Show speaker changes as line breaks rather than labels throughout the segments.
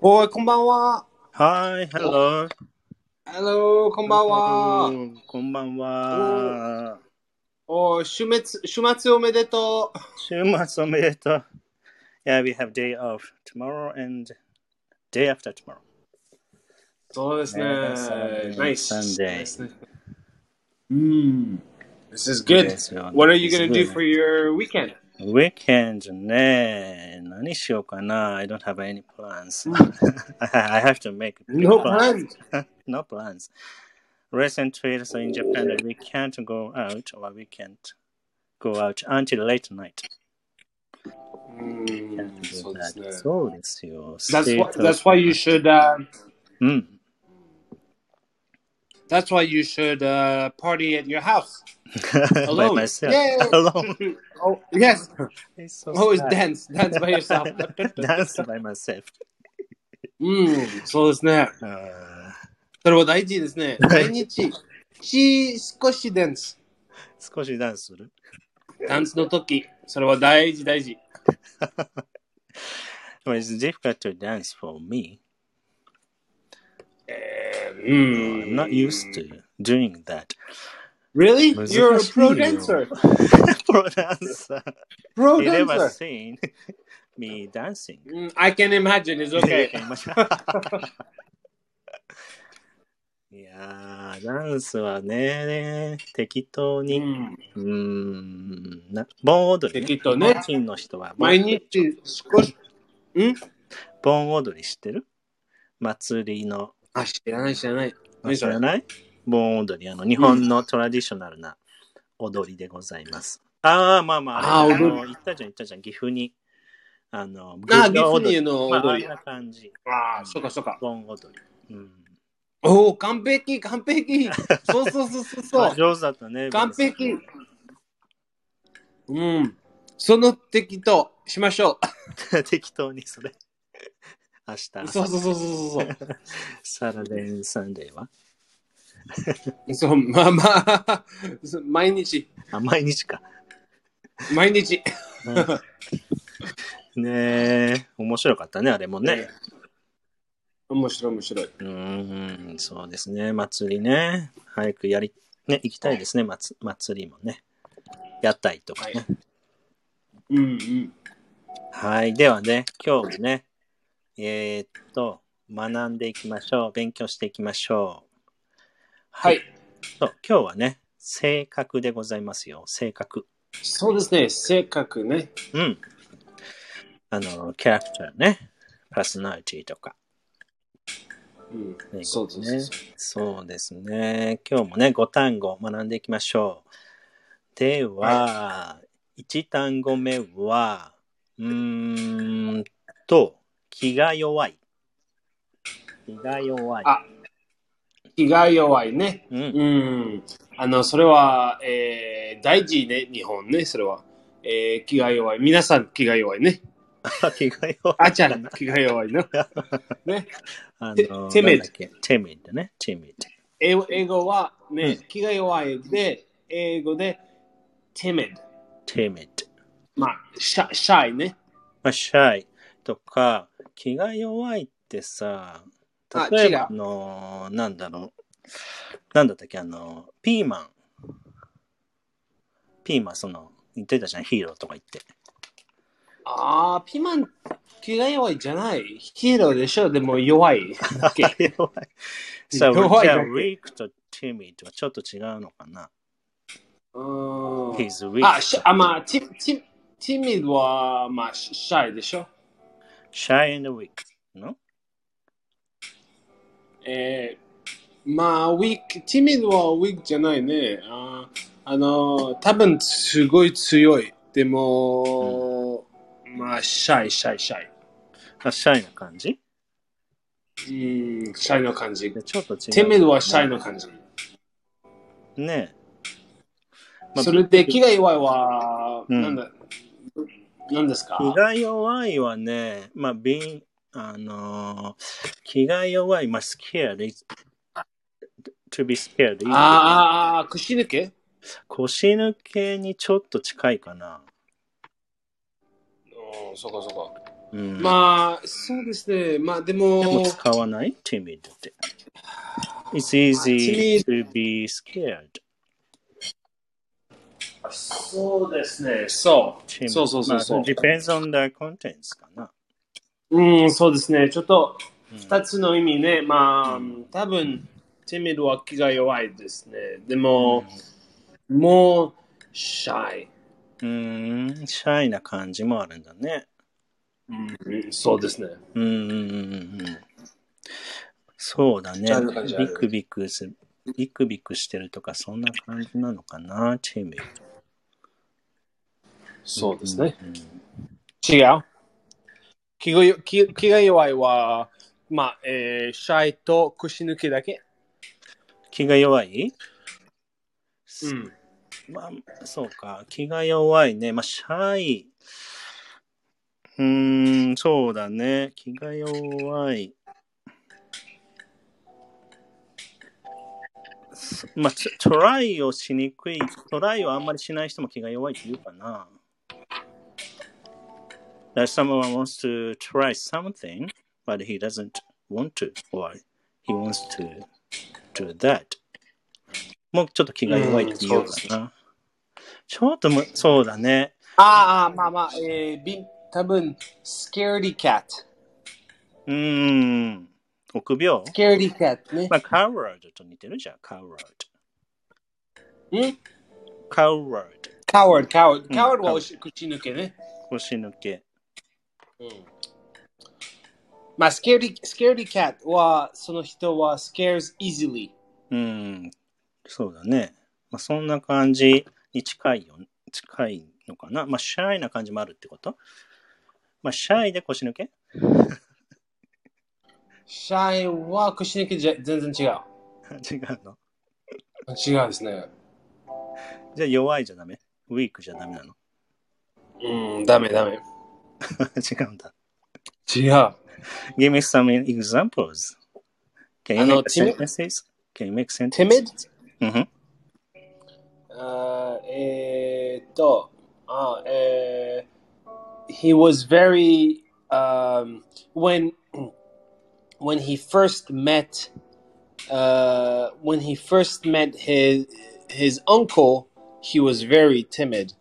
おい、こんばんは。
はい、hello.
あのー、こんばんは。
うんこんばんは。
おい、週末、週末おめでとう。
週末おめでとう。Yeah, we have day off tomorrow and day after tomorrow.
そうですね
ねサンデ。ー
ナイス。
サンデー
そうですねうん。This Hmm. is good.
ですよ
What are you gonna
This
do
is
for your weekend?
Weekend ね。何しようかな ?I don't have any plans. I have to make
Hmm.
big
No plans.
no plans. Recent trips in Japan, we can't go out or we can't go out until late night.
うんそうですね。
そうですよ。
That's why,
State of-
that's why you should, uh,
うん。
that's why you should, uh, party at your house.
by
Alone.
myself.
Yay!
Alone.
Oh, yes.
It's so
Always
sad.
dance. Dance by yourself.
Dance by myself.
うん。そうですね。
あー
それは大事ですね。毎日、し、少しダンス。
少しダンスする
ダンスの時、それは大事、大事。
Well, It's difficult to dance for me.
えー
I'm not used to doing that.
Really?
難しいよ
You're a pro dancer.
Pro dancer.
Pro
You never
dancer.
seen me dancing.
うん I can imagine. It's okay.
いやー、ダンスはね、適当
う
に。
ん
うーん、な盆踊り、ね。
適当ね
日本人の人は
毎日少し。ん
盆踊り知ってる祭りの。
あ、知らない、知らない。何
知
それ
らない盆踊り、あの、日本のトラディショナルな踊りでございます。ああ、まあまあ、あれ
あー
あの
踊
行ったじゃん、行ったじゃん、岐阜に。あの、
あ、
群
ギ
馬
フ
踊
ニ
り
ーの
まあ、あ
踊
ん
り。
な感じ。
ああ、そうか、そうか。
盆踊り。うん。
おお、完璧、完璧。そうそうそうそう
ま
そ
あ
う。
上手だったね。
完璧。うん。その敵としましょ
適当にそれ。明日
う。、そうそうそうそうそう
サラデンサンデーは
そう。そう、まあまあ、 そう毎日、
あ、毎日か。
毎日。
ねえ、面白かったね、あれもね。
面白い面白い。
うーん、そうですね、祭りね。早くやり、ね、行きたいですね、祭祭りもね。屋台とかね。
うんうん。
はい、ではね、今日もね、えーっと、学んでいきましょう。勉強していきましょう。
はい。
そう、今日はね、性格でございますよ。性格。
そうですね、性格ね。
うん。あの、キャラクターね。パーソナリティとか。
うん、
ね
そうですね。
そうですね。今日もね、5単語学んでいきましょう。では、一1単語目は、うーんと、気が弱い。気が弱い。
あ気が弱いね。
うん、
うん。あの、それは、えー、大事ね、日本ね、それは。えー、気が弱い。皆さん気が弱いね。
気が弱い。
あちゃん気が弱いな。ね。
あの、
timid
なんだっけ timid ね。timid。
英語英語はね、
う
気が弱いで、英語で timid。
timid。
まあ、シャシャイね。
まあ、シャイとか、気が弱いってさ、
あ
例えば、
違う
あの、なんだろう。なんだったっけ、あの、ピーマン。ピーマン、その、言ってたじゃん、ヒーローとか言って。
ああ、ピーマン、気が弱いじゃない。ヒーローでしょ、でも弱 い。OK
弱 い。さあ、
弱い
じゃあ、
だけ
weak と timid はちょっと違うのかな。
うーん
He's weak.
あ、しあまあ、ティティティミッドは、まあ、シシャイでしょ。
shy and weak. の
えー、まあ、ウィーク、ティミッドはウィークじゃないね。あーあの、多分すごい強い。でも、まあ、シャイ、シャイ、シャイ。
あ、シャイな感じ
うん、シャイの感じ。
でちょっと違う。
ティミッドはシャイの感じ。
ねまあ
それで、気が弱いは、
うん
なんだ、なんですか
気が弱いはね、まあ、being あのー、気が弱い、まあ、scared, is- to be scared.
あーあー、あー腰抜け
腰抜けにちょっと近いかな。
うん、そうかそうか。
うん
まあ、そうですね。まあ、で
でも
も、
使わない timid って。It's easy to be scared.
そうですね。そう。
timid
そうそうそうそう
まあ depends on the contents かな。
うん、そうですね。ちょっと、
うん
二つの意味ね。まあ、多分、テミルは気が弱いですね。でも、もう、シャイ。
うん、シャイな感じもあるんだね。
うん、そうですね。
うんうんうんうんうん。そうだね
ある感じ。ある
ビクビクすビクビクしてるとか、そんな感じなのかな、チーム。
そうですね。
うん。
違う気が気気が弱いは、まあ、えー、シャイと腰抜けだけ。
気が弱い、
うん。
まあ、そうか。気が弱いね。まあ、シャイ。うーん、そうだね。気が弱い。そまあ、ちょトライをしにくい。トライをあんまりしない人も気が弱いって言うかな。That someone wants to try something, but he doesn't want to, or he wants to do that. もうちょっと気が弱いって言
う
う
ん
か
そうで
な。ちょっとむ、そうだね。
ああ、まあまあ、えー、び多分、スケーリーキャット。
うーん。臆病
スケーリーキャットね。
まあ、カウラードと似てるじゃん。カウラー
ん
ド。カウラード。
カワード、カワー
う
ド。
ん
カワードはおし口抜けね。
腰抜け。
うん。まあ、スケーリー、スケーリーキャットは、その人は、スケー s easily。
うん。そうだね。まあ、そんな感じに近いよ。近いのかな。まあ、シャイな感じもあるってことまあ、シャイで腰抜け
シャイは腰抜けじゃ全然違う。
違うの。
違うですね。
じゃあ、弱いじゃダメ。ウィークじゃダメなの。
うん、ダメダメ。
違うんだ。
違う。
Give me some examples. Can you
あ
make
の
sentences? Can you make sentences?
timid?
うんふん
あーえーっと、あーえー Ah, eh, he was very, um, when, when he first met, uh, when he first met his, his uncle, he was very timid.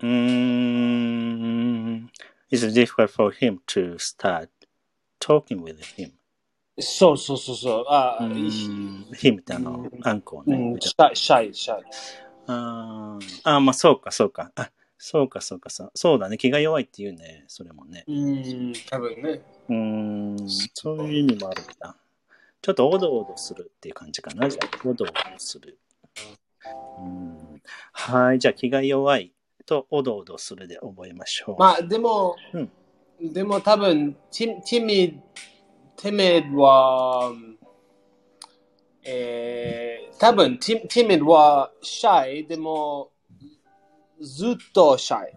うーん It's difficult for him to start talking with him.
そうそうそうそう。あ
う
ー
ん him ってあの、アンコ
う
ね
ん、。シャイ、シャイ、シャイ。
あーあー、まあそうかそうか。あそうかそうかそう。そうだね。気が弱いって言うね。それもね。
うん、多分ね。
うーん。そういう意味もあるんだ。ちょっとおどおどするっていう感じかな。じゃあ、おどおどする。うんはい。じゃあ、気が弱いとおどおどするで覚えましょう。
まあでも、
うん
でも多分、ティミ、ティミは、えー、多分ティ、ティミはシャイ、でも、ずっとシャイ。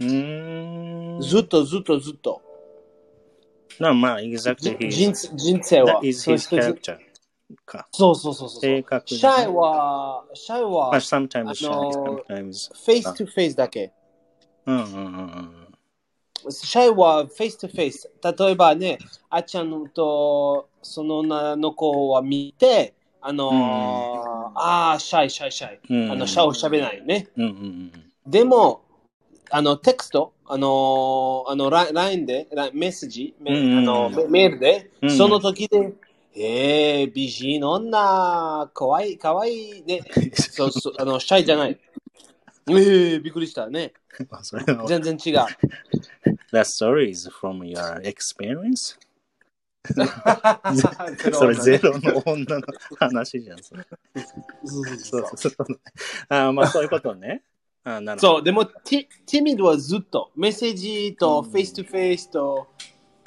うーん。
ずっとずっとずっと。
なまあ、exactly
じ
his
人人生は
That。is
その
his
人生
character か。
そうそうそうそう。
性格
シ
だね
ャイは、シャイは、
まあ、sometimes shy,
あの
sometimes.
フェイストゥフェイスだけ。
うんうんうん
シャイはフェイスとフェイス。例えばね、あっちゃんとその女の子は見て、あのー
うん
あー、シャイ、シャイ、シャイ。
うん。
あの、シャイをしゃべないね。
うんうんうん。
でも、あの、テクスト、あのーあの、ラ LINE で、ラメッセージ、メ
うんうん
あのメメールで、
うん
その時で、えー、美人女、かわいい、かわいい、ね。そうそう、あの、シャイじゃ ない。えー、びっくりしたね。
まあそれは
全然違 う。
That story is from your experience? そ
そ
れゼロ の女の話じゃ ん。それ
そうそうそ
そううそうそう。あーまあそういうことね。あーなるほど。
そう、でも、ティティミッドはずっと、メッセージと、フェイスとフェイスと、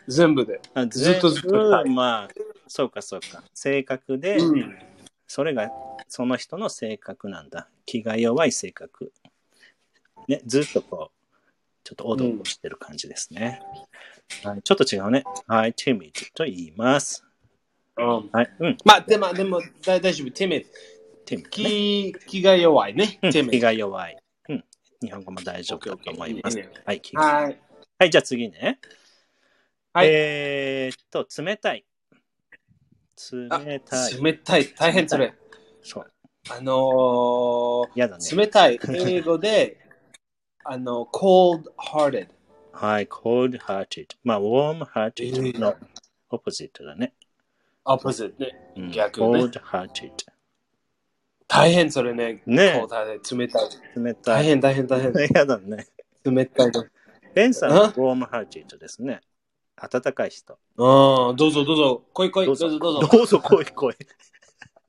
全部で。
あ
ずっとずっと
全部
はい
まあ、そうかそうか。性格で、
うん。
それがその人の性格なんだ。気が弱い性格。ね、ずっとこう、ちょっとおどおどしてる感じですね、はい。ちょっと違うね。はい、ティミッドと言います。
うん、
はい、うん、
まあ、でも、でも、だ大丈夫、ティミッド。
ティミッドね、
気気が弱いね、
うん
ティミ
気
ッ
が弱い。うん、日本語も大丈夫だと思います。
オッケーオッケーいいね
はい、気
ド。
が
はい。
はい、じゃあ次ね。
はい
えーっと、冷たい。冷たい。
冷たい、大変それ。
そう。
あの
嫌だね。
ー、冷たい、英語で、あの、cold hearted。
はい、cold hearted。まあ、warm hearted の opposite だね。
opposite ね。
うん、
逆ね
cold hearted。
大変それね。
ね
cold hearted。冷たい。
冷た
大
い。
変、大変、大変。
嫌だね。
冷たいの。
ベンさん
ん
は warm hearted ですね。暖かい人。
うん、どうぞどうぞ。来い来い、
ど
どう
うぞ
ぞどうぞ。
どうぞ来い来い。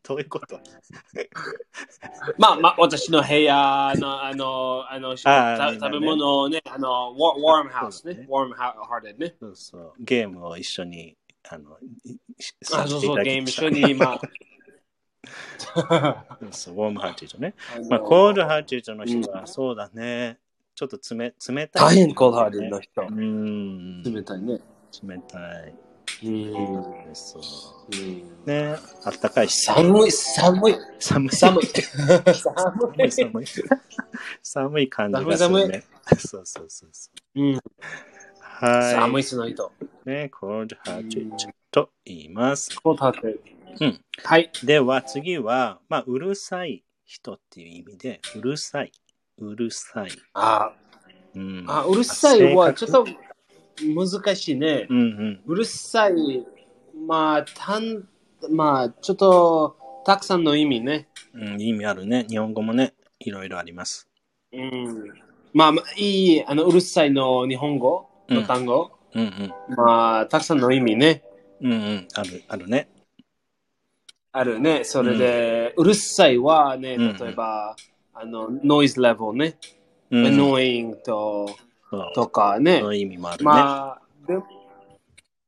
どういうこと
まあまあ、私の部屋の、あの、あの、
あー
た
みんなね
食べ物をね、あの、warm
そ
house
うだね
ね。warm hearted ね。
そうそう。ゲームを一緒に、あの、いし
あ、そうそう、ゲーム一緒。に今。あ
そうそう、ウォームハーティーとね。
の
まあ、コールハーティーとの人は、そうだね。ちょっとつめ冷た
大
い。
変 cold hearted の人。
うーん。
冷たいね。
冷たい。
うん。
そう。
うん
ね。あったかいし。
寒い、寒い、
寒い。
寒い。
寒
寒
い。寒い。寒い感じがす
寒
る
い
ね。そうそうそうそう。
い。うん
はい。
寒い、その人。
ね。コールハーティーと言います。
コールハーテ
う
ィ
ん。
はい。
では次は、まあ、うるさい人っていう意味で、うるさい。うるさい。
あ
うん。
あ、うるさいはち
性
ょっ
格
と難しいね
う。んうん。
うるさい、まあ、たん、まあ、ちょっと、たくさんの意味ね。
うん、意味あるね。日本語もね、いろいろあります。
うん。まあ、まあいい、あの、うるさいの日本語の単語。
うんうん。
まあ、たくさんの意味ね。
うんうん。ある、あるね。
あるね。それで、うるさいはね、
うん
例えば、あの、ノイズレベルね。
うん、
annoying と、
そう
とか
そ
ね。
の意味もあるね。
まあ、でも、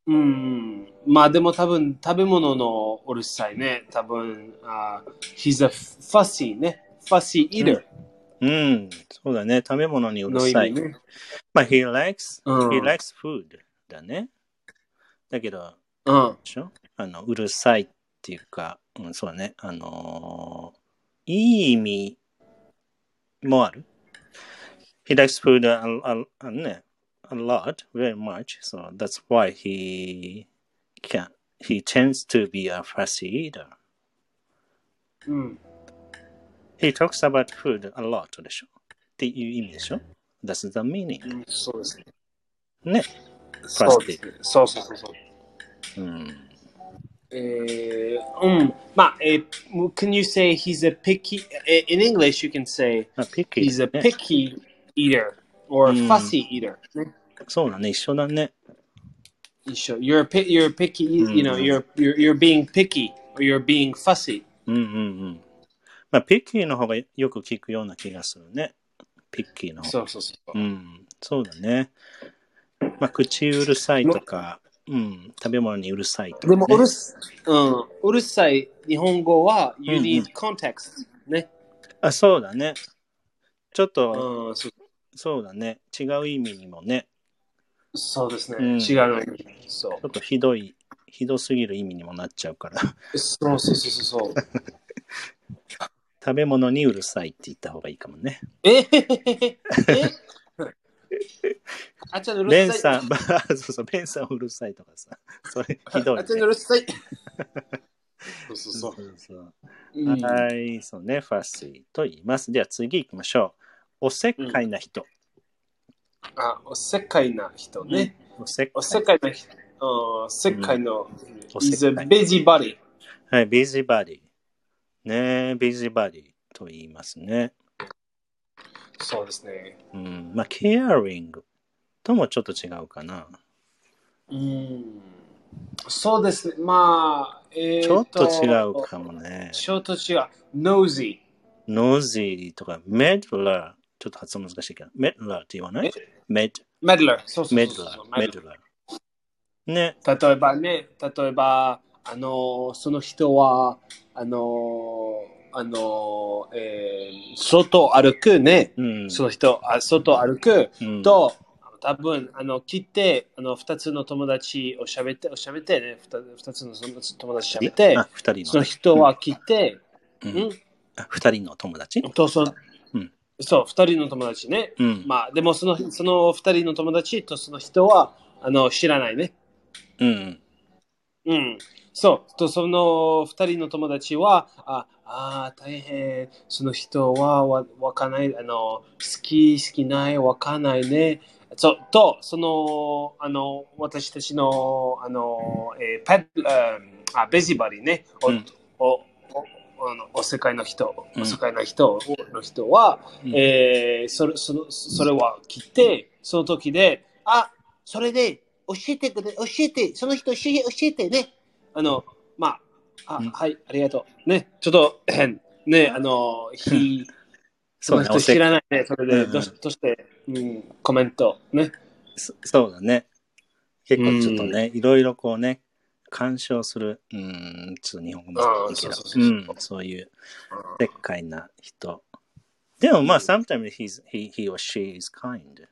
うん、まあでも多分食べ物のうるさいね。多分、あ he's a fussy ね。fussy eater
うん。そうだね。食べ物にうる
の意
さい。
味ね。
まあ、he likes,、
うん
he likes food だね。だけど、
うん。
でしょあの、うるさいっていうか、うん、そうだね。あのーいい意味もある。He likes food a, a, a, ね a lot, very much, so that's why he can, he tends to be a fussy eater.
うん。
He talks about food a lot でしょっていう意味でしょ ?That's the meaning.
うんそうですね。
ね。
そうですね。そうそうそうそう。
うん。
えー、うん。まあ、えー、can you say he's a picky, eh, in English you can say
あ、picky
he's
だ
a
ね、
picky eater or
うん
fussy eater ね。
そうだね。一緒だね。
You show you're a pi- you're picky. You, you know
Mm.
you're, you're you're being picky or you're being fussy.
うんうんうん。まあ、ピッキーの方がよく聞くような気がするね。ピッキーの方。
So so so.
うん、そうだね。まあ、口うるさいとか、うん、食べ物にうるさいとか、ね。
でもうる,、うん、うるさい日本語は you
うんうん。
need context ね。
あ、そうだね。ちょっと、
うん、そ,
そうだね。違う意味にもね、
そうですね。
うん。
違うのに。そう。
ちょっとひどい、ひどすぎる意味にもなっちゃうから、
そうそうそうそう。
食べ物にうるさいって言った方がいいかもね。 ベンさん、ば そうそう、ベンさんうるさいとかさ、それひどい、ね。
そうそうそう。
そうそうはい、そうね、ファスイと言います。では次行きましょう。おせっかいな人。
あ、おせっかいな人ね。
おせっかい。
おせっかいな人。うん、おせっかいの。He's a
おせっかい。
busybody.
はい、ビジバディ。ねビジバディと言いますね。
そうですね。
うん、まあ、ケアリングともちょっと違うかな。
うんそうですね。まあ、えー
ちょっと違うかもね。
ちょっと違う。nosy。
ノージーとか、メドラー。ちょっと発音難しいけど、メドラーって言わないメド
meddler。そうそう
メ
そう
ド
そ
ラ
う。
ー。メドラー。ね。
例えばね、例えば、あの、その人は、あの、あの、えー、外歩くね。
うん。
その人、あ外歩く
うん、
と、多分あの切ってあの2つの友達をしゃべって、おしゃべってね、2, つのその友達しゃべって、
あ、二人
その
の。
人は切って、
う
うんん、
あ二人の友達
とその
うん
そう、二人の友達ね。
うん。
まあ、でもその、その二人の友達とその人は、あの、知らないね。
うん。
うん。そう、とその二人の友達は、あ、あー大変、その人はわわかんない、あの、好き、好きない、わかんないね。そう、と、その、あの、私たちの、あの、えー、パッ、うんあ、ベジバリね、お、
うん
お、お、あのお世界の人、
うん
お世界の人の人は、
うん
えーそれ、その、それは来て、その時で、あ、それで、教えてくれ、教えて、その人教え教えてね。あの、まあ、あ、
うん
はい、ありがとう。ね、ちょっと、変ね、あ の、ひ、そ
そう
の
ね
人知らないね、それで、
うん
どうしどうして、うん、コメント、ね。
そそうだね。結構ちょっとね、いろいろこうね、干渉する、うん、ちょっと日本語難しいけど、
あーそうそう、そううそうん
そういう、でっかいな人。でもまあ、sometimes he's, he, he or she is kind.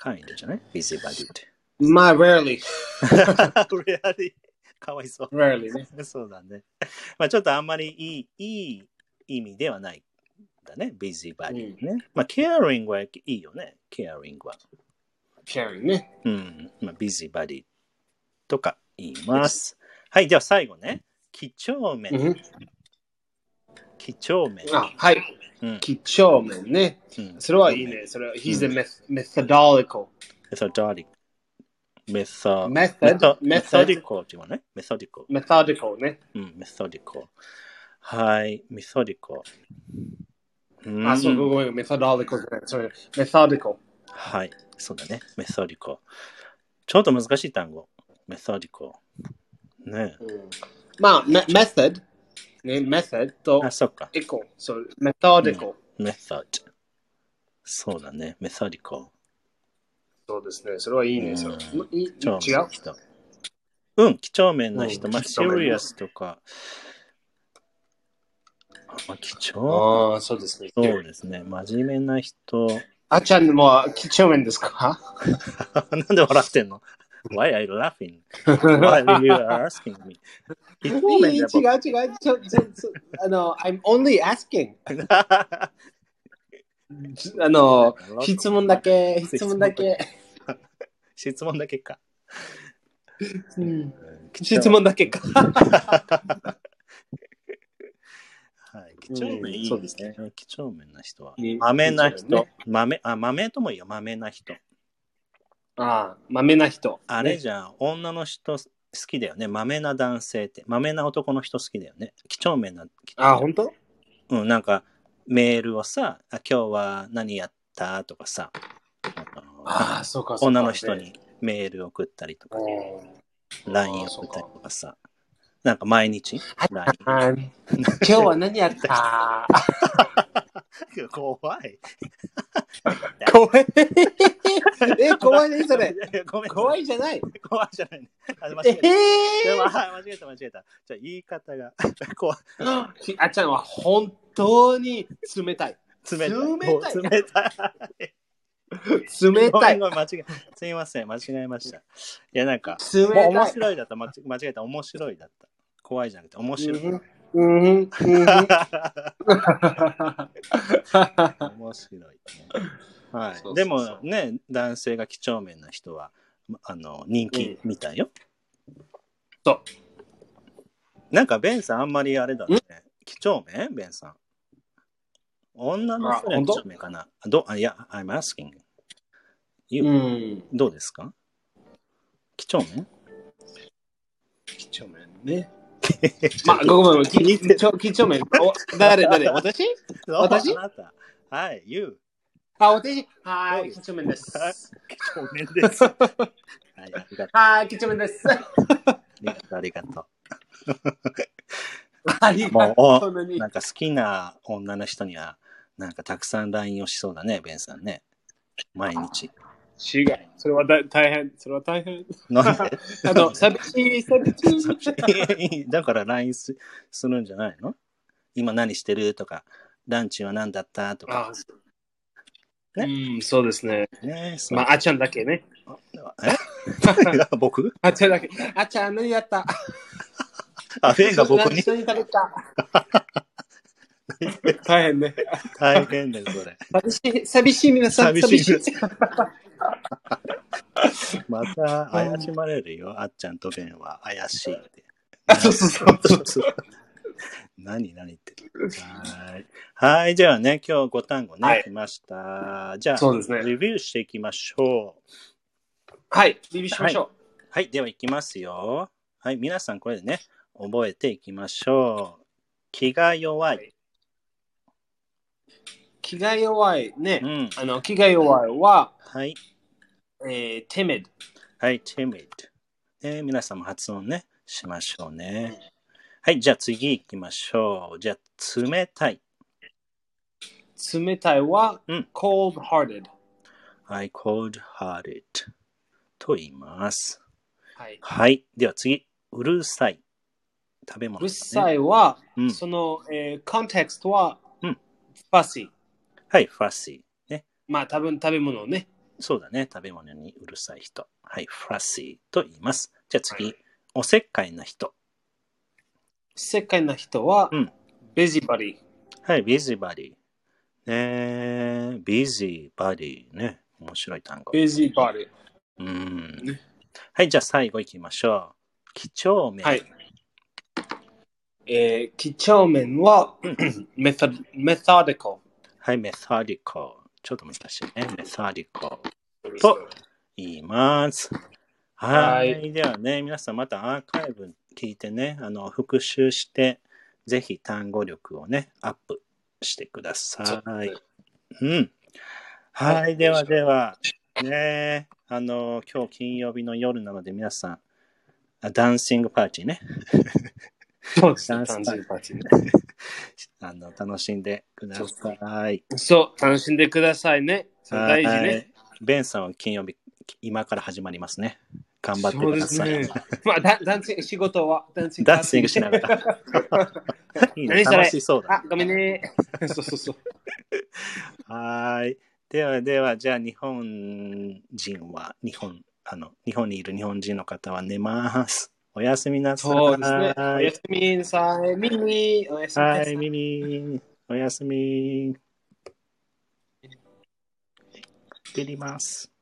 kind じゃない ?busybody って。
まあ、rarely,
リかわいそう。
rarely ね。
そうだね。まあちょっとあんまりいい、いい意味ではないんだね。busybody ね。まあ caring はいいよね。caring は。
caring ね。
うん。まあ busybody とか言います。はい。では最後ね。几帳
う
面。
ん、
几帳面。
あ、はい。
うん。
几帳面ね。
うん
それはいい。ね。それは、he's the meth- methodical.
methodic。method。
method, method,
methodical って言わない methodical。
methodical ね。
うん。methodical。はい。methodical。うん
あ、そう、ごめん、methodical じゃない。それ、methodical。
はい、そうだね。メソディコ。ちょっと難しい単語。メソディコ。ねえ
うんまあ、メ method、ね、method と
あ、そっか。
equal、そう、methodical、
メソディ。そうだね。メソディコ。
そうですね、それはいい
うん
ね、それ。んい違う
几帳面な人。うん、几帳面な人。
うん
まあ、
几
シ
帳面な
リアスとか。あまあ、几帳
ああ、そうですね。
そうですね。真面目 な人。
あっちゃんも几帳面ですか
なんで笑ってんの ?Why are you laughing?Why are you asking me? 几
違う
帳面
違
だ
う
僕
ちょちょちょあの、I'm only asking。あの、質問だけ、質問だけ。
質問だけか。
うん質問だけか。
はい、几帳面いい
そう
で
ですす
ね
ね。
几帳面な人は。
ね
豆な
几帳面
人。豆、あ、豆ともいいよ、豆な人。
ああ、豆な人。
あれじゃん、女の人好きだよね。豆な男性って。豆な男の人好きだよね。几帳面な。
あ、本当
うん、なんかメールをさ、あ今日は何やったとかさ、あの
ああ、そうか、そうか。
女の人にメール送ったりとか、LINE 送ったりとかさ、なんか毎日 LINE。
あー。今日は何やった
怖い。
怖い。え、怖いね、それ。
いやいやごめん
怖いじゃない。
怖いじゃない。あ間
え
違えた。でも
ー、
はい間違えた、間違えた。じゃあ言い方が 怖い
あっちゃんは本当に冷たい。
冷 たい。
冷たい
もう冷たい。
冷
ご
た
めん
い。
ごめん間違えすいません、間違えました。いや、なんか、
冷
もう面
たい。
白いだった。間違間違えた、面白いだった。怖いじゃなくて、面白い。
うんうんうんうん
面白い、ね。は
そうそうそ
い。
う
でもね、男性が几帳面な人は、あの、人気みたいよ。
そう
なんか、ベンさん、あんまりあれだね。几帳面ベンさん。女の人
あ
が
本
几
当
帳面かなあどうあいや、I'm asking.
う
You、
ん。
どうですか几帳面
几帳面ね。まあ、ごめんごめん。ききちょ几帳面。お誰誰私私
あなた。はい、You。
あ、私は
そう
い、
です
几帳面です。
几帳面です。 はい、ありがとう。
はい、几帳面です。
ありがとう。ありがと
ありが
もう
とう。そんな
う
に
なんか好きな女の人には、なんかたくさん LINE をしそうだね、ベンさんね。毎日。
違う。それはだ大変。それは大変。
なんで
あの、寂しい、寂しい。
だから LINE すするんじゃないの今何してるとか、ランチは何だったとか。
うん、そうですね。
ねそう
まあ、あちゃんだけね。
え僕
あちゃんだけ。あちゃん、何やった
あ、ベンが僕に
一緒に食べた。大変ね。
大変だよ、それ。
寂しい、寂しい皆さん。
寂しい
寂しい。
また怪しまれるよ、あっちゃんとベンは怪しいって。
あそうそうそう
そうそう。何何言ってるはい。はい、じゃあね、今日5単語ね、
はい
来ました。じゃあ、
そうですね
レビューしていきましょう。
はい、リビューしましょ
はい、では行きますよ。はい、皆さんこれでね、覚えていきましょう。気が弱い。
う。気が弱いね
う。ん。
あの、気が弱いは、
はい。
えー、timid。
はい、timid。ね、皆さんも発音ね、しましょうね。はい、じゃあ次行きましょう。じゃあ、冷たい。
冷たいは、
うん
cold hearted。
はい、cold hearted と言います。
はい。
はい、では次、うるさい。食べ物、
う
ね。
るさいは、
うん
その、えー、コンテクストは、
うん
ファシー。
はい、fussy。ね、
まあ、多分食べ物をね。
そうだね、食べ物にうるさい人。はい、fussy と言います。じゃあ次、おせっかいな人。
世界の人は、
うん
ベジバリー。
はい、busybody。ね busybody ね、面白い単語。
ベジバリー。
うん。はい、じゃあ最後行きましょう。几帳面。
はい。えー、几帳面は、 メソメソディコ
はい、メソディコ。ちょっと難しいね。メソディコ。
ル。
と言います。はい。
は
ではね、皆さんまたアーカイブ聞いてね、あの、復習して、ぜひ単語力をね、アップしてください。うん。は。
はいい
ではでは、ね、あの、今日金曜日の夜なので皆さん、あダンシングパーティーね、
そうです
ダ
ね。
ンスパー
楽
テ
し
ィー
んパーティーね
あの、楽しんでください。
そう、楽しんでくださいね。そう大事ね。
はい。ベンさんは金曜日、今から始まりますね。頑張って
そう
く
で
だ
す
さい。
ね。まあ、ダンダンシング仕事はダンシングパー
ダ
ティー
ンシングしながら。いいね、
何それ
楽しそうだ
あ、ごめんね。 そうそうそう。
ね。はーい。ではでは、じゃあ日本人は、日本、あの、日本にいる日本人の方は寝ます。おやすみなさい。
そうですね。
uh,
おやすみなさい。ミニおやすみな
は
さ
い、
い。
ミミ、おやすみ。切ります。